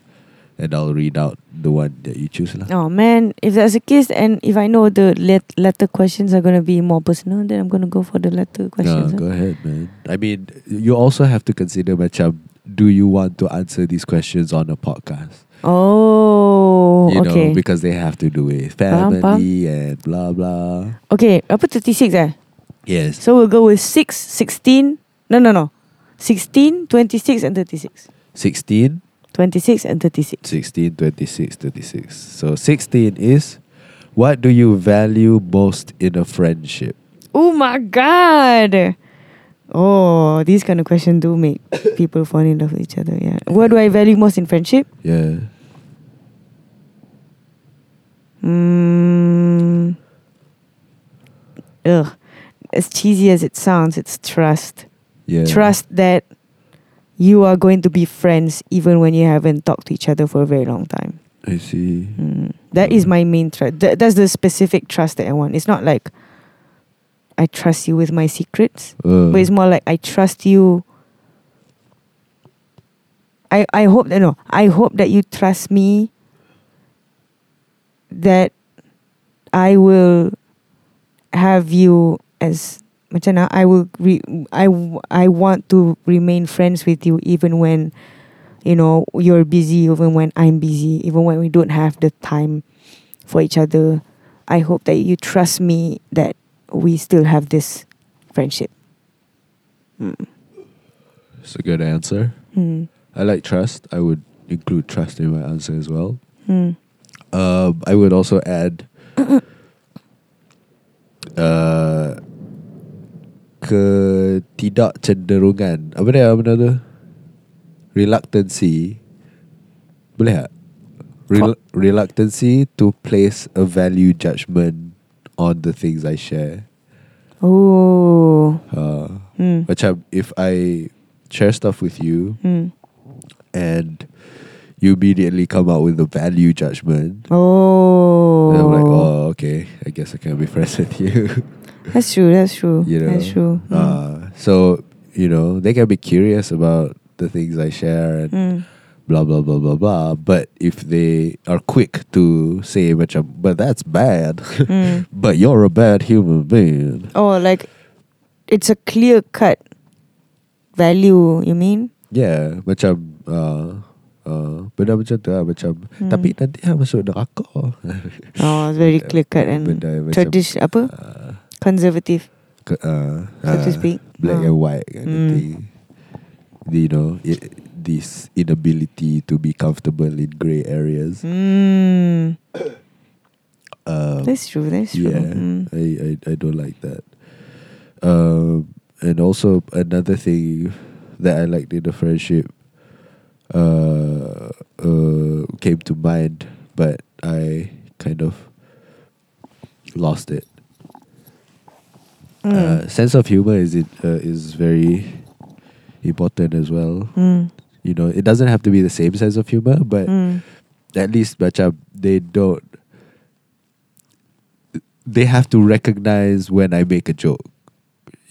And I'll read out the one that you choose. lah.
Oh man, if that's the case, and if I know the let letter questions are gonna be more personal, then I'm gonna go for the letter
No,
questions. eh?
go ahead, man. I mean, you also have to consider, macam, do you want to answer these questions on a podcast?
Oh,
you
okay.
know, because they have to do with
Faham,
family and blah blah.
okay, apa 36 eh?
Yes.
So we'll go with 6, 16, no, no, no. 16, 26 and 36.
16,
26 and 36.
16, 26, 36. So 16 is what do you value most in a friendship?
Oh my god. Oh, these kind of questions do make people fall in love with each other. Yeah. What do I value most in friendship?
Yeah.
Mm, ugh. As cheesy as it sounds, it's trust.
Yeah.
Trust that you are going to be friends even when you haven't talked to each other for a very long time.
I see.
Mm. That is
Mm.
my main trust. Th- that's the specific trust that I want. It's not like I trust you with my secrets,
Uh,
but it's more like I trust you. I I hope that no, I hope that you trust me. That I will have you as macam mana, I will re, I w- I want to remain friends with you even when you know you're busy, even when I'm busy, even when we don't have the time for each other. I hope that you trust me that we still have this friendship. Mm.
it's a good answer.
Mm.
I like trust. I would include trust in my answer as well.
Mm.
Um, I would also add uh, ketidakcenderungan. Apa dia benda tu? Reluctancy. Boleh tak? Rel- reluctancy to place a value judgment on the things I share.
Oh.
Uh,
Mm.
macam if I share stuff with you
Mm.
and you immediately come out with a value judgment,
Oh.
And I'm like, oh, okay. I guess I can be friends with you.
That's true. That's true.
You know,
that's true. Mm.
uh, so, you know, they can be curious about the things I share and
Mm.
blah, blah, blah, blah, blah. But if they are quick to say, macam, but that's bad,
Mm.
but you're a bad human being.
Oh, like it's a clear cut value. You mean?
Yeah, macam, uh, uh, benda macam tu lah, macam,
Hmm.
tapi nanti lah masuk neraka.
Oh, it's very clear cut and
Benda macam,
tradition. Apa?
uh,
Conservative,
ke- uh,
so to
uh,
speak.
black
Ah.
and white kind
Mm.
of thing. You know, it, this inability to be comfortable in gray areas.
Mm.
Um,
That's true. That's true.
yeah,
Mm.
I, I I don't like that. Um, and also another thing that I liked in the friendship uh, uh, came to mind, but I kind of lost it. Uh,
Mm.
sense of humor is it uh, is very important as well.
Mm.
you know it doesn't have to be the same sense of humor but
Mm.
at least macam they don't they have to recognize when I make a joke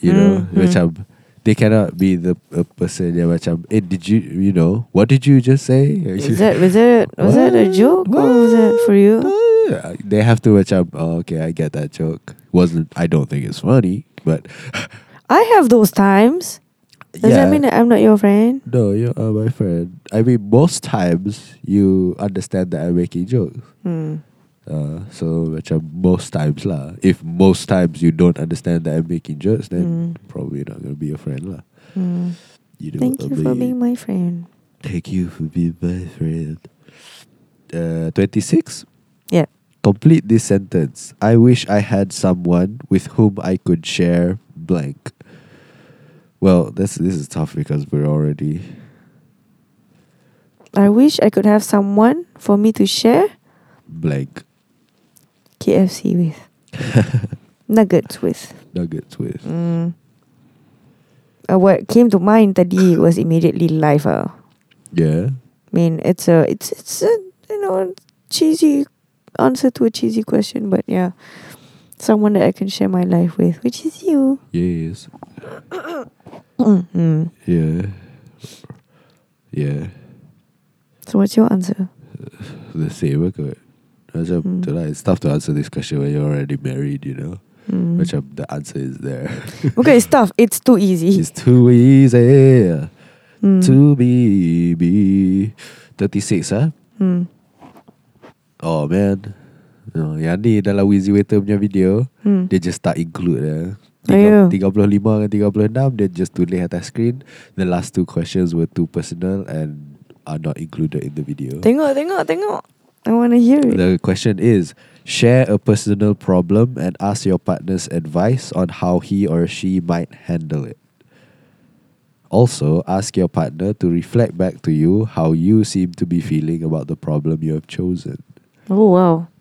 you know
Mm, mm.
macam they cannot be the a person yang macam eh did you you know what did you just say
Is that was that was that a
What?
joke or was that for you?
they have to macam oh, okay I get that joke wasn't I don't think it's funny but
I have those times. Does
yeah
that mean that I'm not your friend?
no you are my friend I mean most times you understand that I'm making jokes
Mm.
Uh, so macam most times lah. If most times you don't understand that I'm making jokes,
Hmm.
then probably not gonna be a friend lah.
Mm.
You know
Thank
what
you
I
for
mean?
being my friend.
Thank you for being my friend. Uh, twenty six.
Yeah.
Complete this sentence. I wish I had someone with whom I could share blank. Well, this this is tough because we're already
I wish I could have someone for me to share
blank
KFC with. Nuggets with.
nuggets with.
Mm. Uh, what came to mind tadi was immediately life. Ah,
Yeah.
I mean, it's a, it's, it's a, you know, cheesy answer to a cheesy question, but yeah, someone that I can share my life with, which is you.
Yes.
Mm.
Yeah. Yeah.
So what's your answer?
The same kot. Macam
Hmm.
tu lah. It's tough to answer this question when you're already married, you know.
Mm.
Macam the answer is there.
Okay, it's tough. It's too easy.
it's too easy
Mm.
to be be 36 ah.
Mm.
Oh man. No, yang ni dalam Wheezy Waiter punya video
Mm.
Dia just tak include eh. lah
Ayo.
35 dengan 36 Dia just tulis atas screen The last two questions were too personal And are not included in the video
Tengok, tengok, tengok. I want to hear it.
The question is Share a personal problem And ask your partner's advice On how he or she might handle it Also, ask your partner to reflect back to you How you seem to be feeling about the problem you have chosen
Oh wow.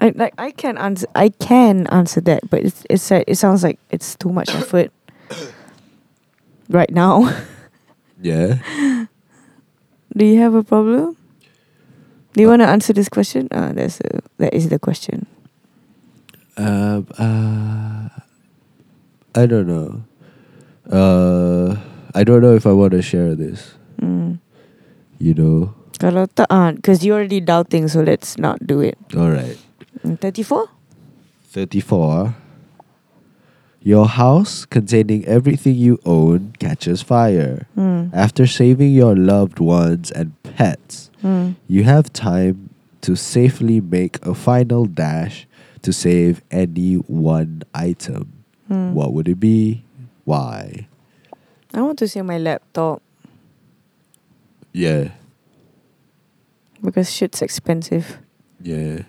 I like I can answer I can answer that, but it's it's like- it sounds like it's too much effort right now.
Yeah
Do you have a problem? Do you want to answer this question? Ah, that's a, that is the question.
Uh, uh, I don't know. Uh, I don't know if I want to share this.
Mm.
You know.
Kalau tak, ah, because you already doubting, so let's not do it. Hmm,
All right.
Thirty-four.
Thirty-four. Your house containing everything you own catches fire.
Mm.
After saving your loved ones and pets,
Mm.
you have time to safely make a final dash to save any one item.
Mm.
What would it be? Why?
I want to say my laptop
Yeah.
because shit's expensive.
Yeah.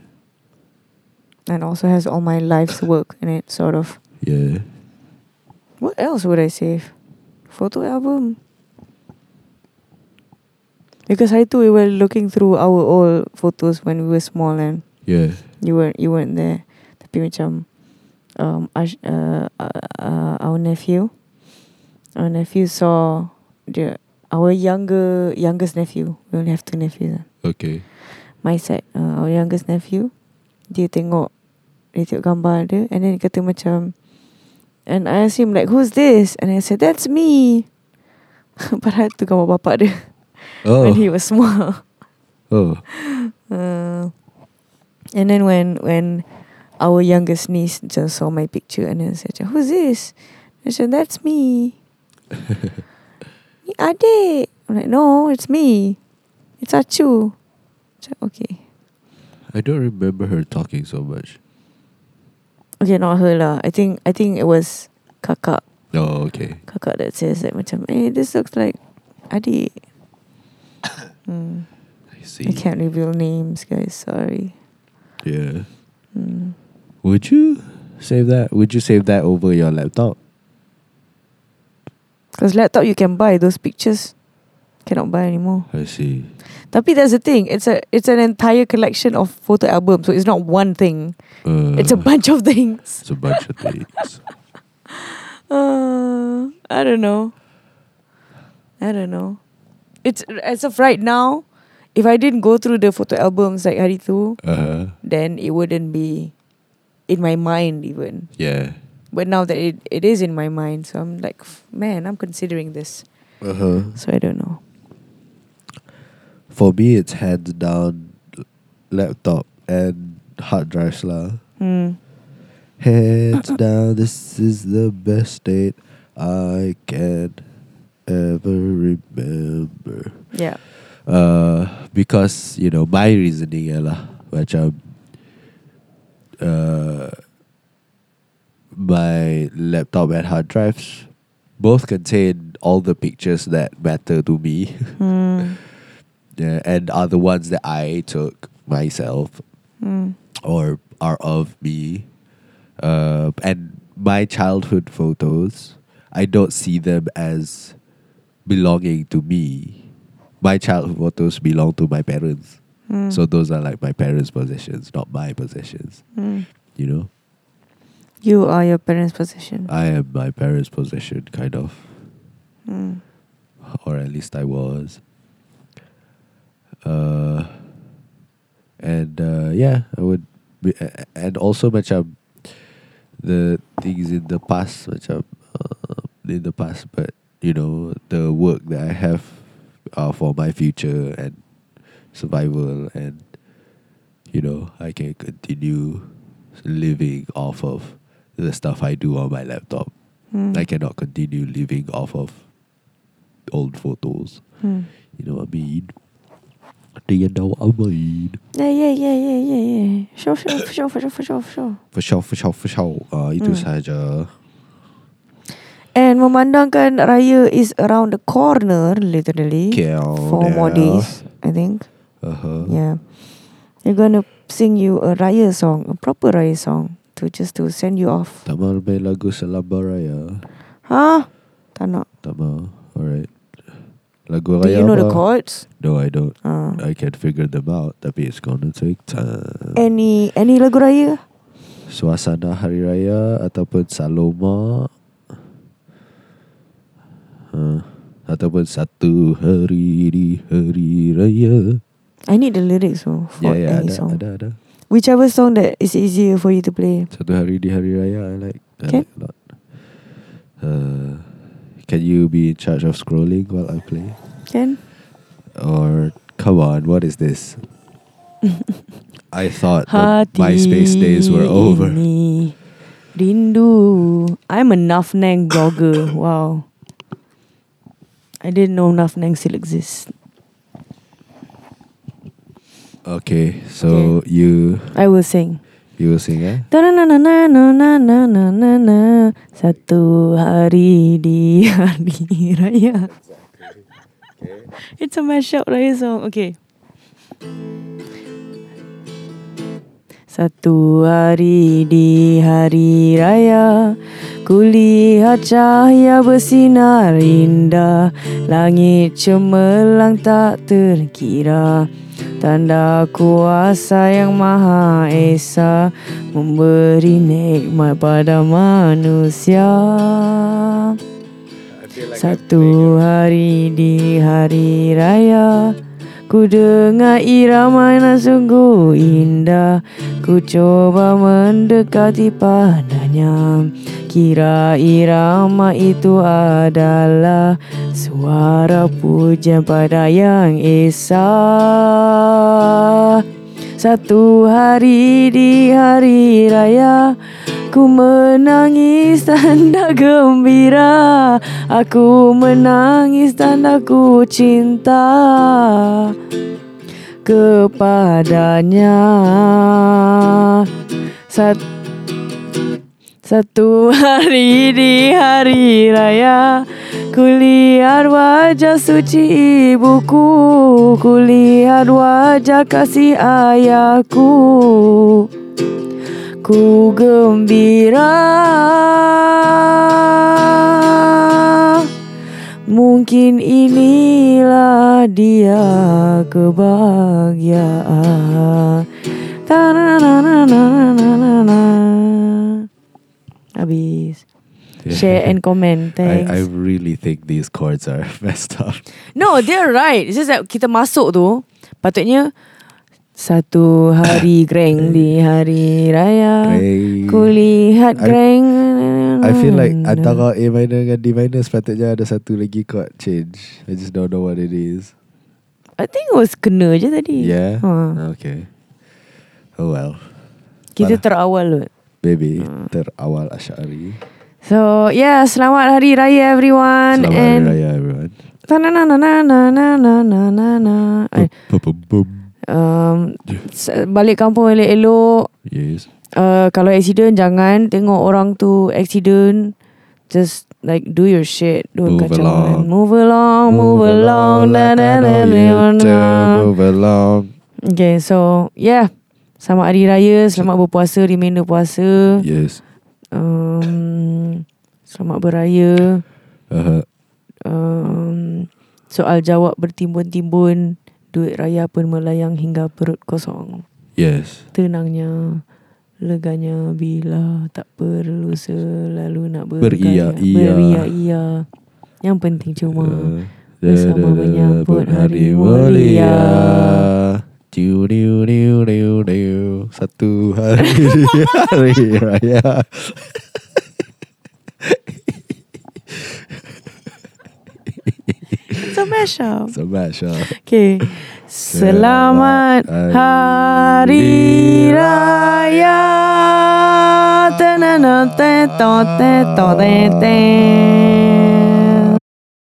and also has all my life's work in it, sort of.
Yeah.
What else would I save? Photo album. Because I too we were looking through our old photos when we were small and
Yeah.
you weren't you weren't there. Tapi macam um Ash, uh, uh, uh, our nephew, our nephew saw the our younger youngest nephew. We only have two nephews. ah.
Okay.
my side uh, our youngest nephew dia tengok dia tengok gambar dia and then dia kata macam and I asked him like who's this and I said that's me padahal tu gambar bapak dia
Oh.
when he was small
oh.
uh, and then when when our youngest niece just saw my picture and then said who's this I said that's me ni adik I'm like no it's me it's Achu Macam, okay
I don't remember her talking so much.
Okay, not her lah. I think I think it was kakak
Oh, okay.
kakak that says that macam eh this looks like adik. Hmm.
I see.
I can't reveal names, guys. Sorry.
Yeah.
Hmm.
Would you save that? Would you save that over your laptop?
Cause laptop you can buy those pictures, cannot buy anymore.
I see.
Tapi that's the thing. It's a it's an entire collection of photo albums. So it's not one thing.
Uh,
It's a bunch of things.
It's a bunch of things.
Uh, I don't know. I don't know. It's as of right now, if I didn't go through the photo albums like hari tu,
Uh huh.
then it wouldn't be in my mind even.
Yeah.
But now that it, it is in my mind, so I'm like, "F- man, I'm considering this.
Uh huh.
So I don't know.
For me, it's hands down laptop and hard drives lah.
Hmm.
Hands down, this is the best date I can ever remember.
Yeah.
Uh, because you know my reasoning ialah macam uh, my laptop and hard drives both contain all the pictures that matter to me
Hmm.
yeah, and are the ones that I took myself
Hmm.
or are of me uh, and my childhood photos, I don't see them as belonging to me. My childhood photos belong to my parents.
Mm.
So those are like my parents' possessions, not my possessions.
Mm.
You know?
You are your parents' possession.
I am my parents' possession, kind of.
Mm.
Or at least I was. Uh, and uh, yeah, I would. Be, a- a- and also, macam the things in the past, macam uh, in the past, but you know, the work that I have uh, for my future and survival, and you know, I can continue living off of the stuff I do on my laptop.
Mm.
I cannot continue living off of old photos.
Mm.
You know what I mean? Do you know what I mean?
Yeah, yeah, yeah, yeah, yeah, yeah. Sure, sure, for sure, for sure, for sure, for sure.
For sure, for sure, for sure. Uh, itu
Hmm.
sahaja.
And memandangkan raya is around the corner, literally.
KL.
Four more days, I think.
Uh-huh.
Yeah. They're gonna sing you a raya song, a proper raya song, to just to send you off.
Tamar main lagu Selamba Raya.
Huh? Tak nak.
Tamar. Alright. Lagu
Do
Raya
you know
apa?
the chords?
No, I don't.
Uh.
I can figure them out. Tapi it's gonna take time.
Any any lagu raya?
Suasana Hari Raya ataupun Saloma huh. ataupun satu hari di Hari Raya.
I need the lyrics oh, for
Ya ya
any
ada,
song.
ada ada
Whichever song that is easier for you to play.
Satu hari di Hari Raya I like. I
Okay.
like a lot. Uh, can you be in charge of scrolling while I play?
Can?
Or come on, what is this? I thought that MySpace days were over.
Ini rindu. I'm a Nafnang blogger. wow. I didn't know Nafnang still exists.
Okay, so you
I will sing.
you will sing eh?
Ta-na-na-na-na-na-na-na-na. Satu hari di hari raya. It's a mashup raya song. Okay. Satu hari di hari raya Kulihat cahaya bersinar indah Langit cemerlang tak terkira Tanda kuasa yang maha esa Memberi nikmat pada manusia satu hari di hari raya Ku dengar irama yang sungguh indah Ku coba mendekati padanya Kira irama itu adalah Suara pujian pada yang esa satu hari di hari raya Ku menangis tanda gembira Aku menangis tanda ku cinta Kepadanya Sat satu hari di hari raya Kulihat wajah suci ibuku Kulihat wajah kasih ayahku Ku gembira Mungkin inilah dia kebahagiaan Ta-na-na-na-na-na-na-na. Habis Share and comment Thanks
I, I really think these chords are messed up.
No, they're right. It's just that kita masuk tu, patutnya satu hari greng di hari raya.
Hey.
Kulihat
I-
greng.
I feel like antara A minor dengan D minor sepatutnya ada satu lagi chord change. I just don't know what it is.
I think it was kena je tadi.
Yeah.
Ha.
Okay. Oh well.
Kita
Parah.
terawal kot.
Baby terawal Asyari.
So, yeah, selamat hari raya everyone
Selamat Hari
and
Raya everyone.
na na na na na na na na. Ay,
Bum, bum, bum.
Um, s- balik kampung elok-elok.
Yes.
uh, kalau accident jangan tengok orang tu accident just like do your shit don't
Move
kacau
along.
orang. move along move, along,
like I
na, na,
know
na, na,
you
na,
do.
na.
Move along.
okay so yeah Selamat Hari Raya Selamat berpuasa Remainder puasa
Yes.
um, Selamat Beraya
Uh-huh.
um, Soal jawab bertimbun-timbun Duit raya pun melayang hingga perut kosong
Yes.
Tenangnya Leganya bila tak perlu selalu nak bergaya
Beria-ia.
Beria-ia Yang penting cuma
Uh,
Bersama menyambut Hari Mulia.
Tiu tiu tiu tiu tiu. Satu hari hari raya.
It's a mashup
So much. Uh.
Okay Selamat
Selamat
Hari
Hari
Raya Tenana te to te to te te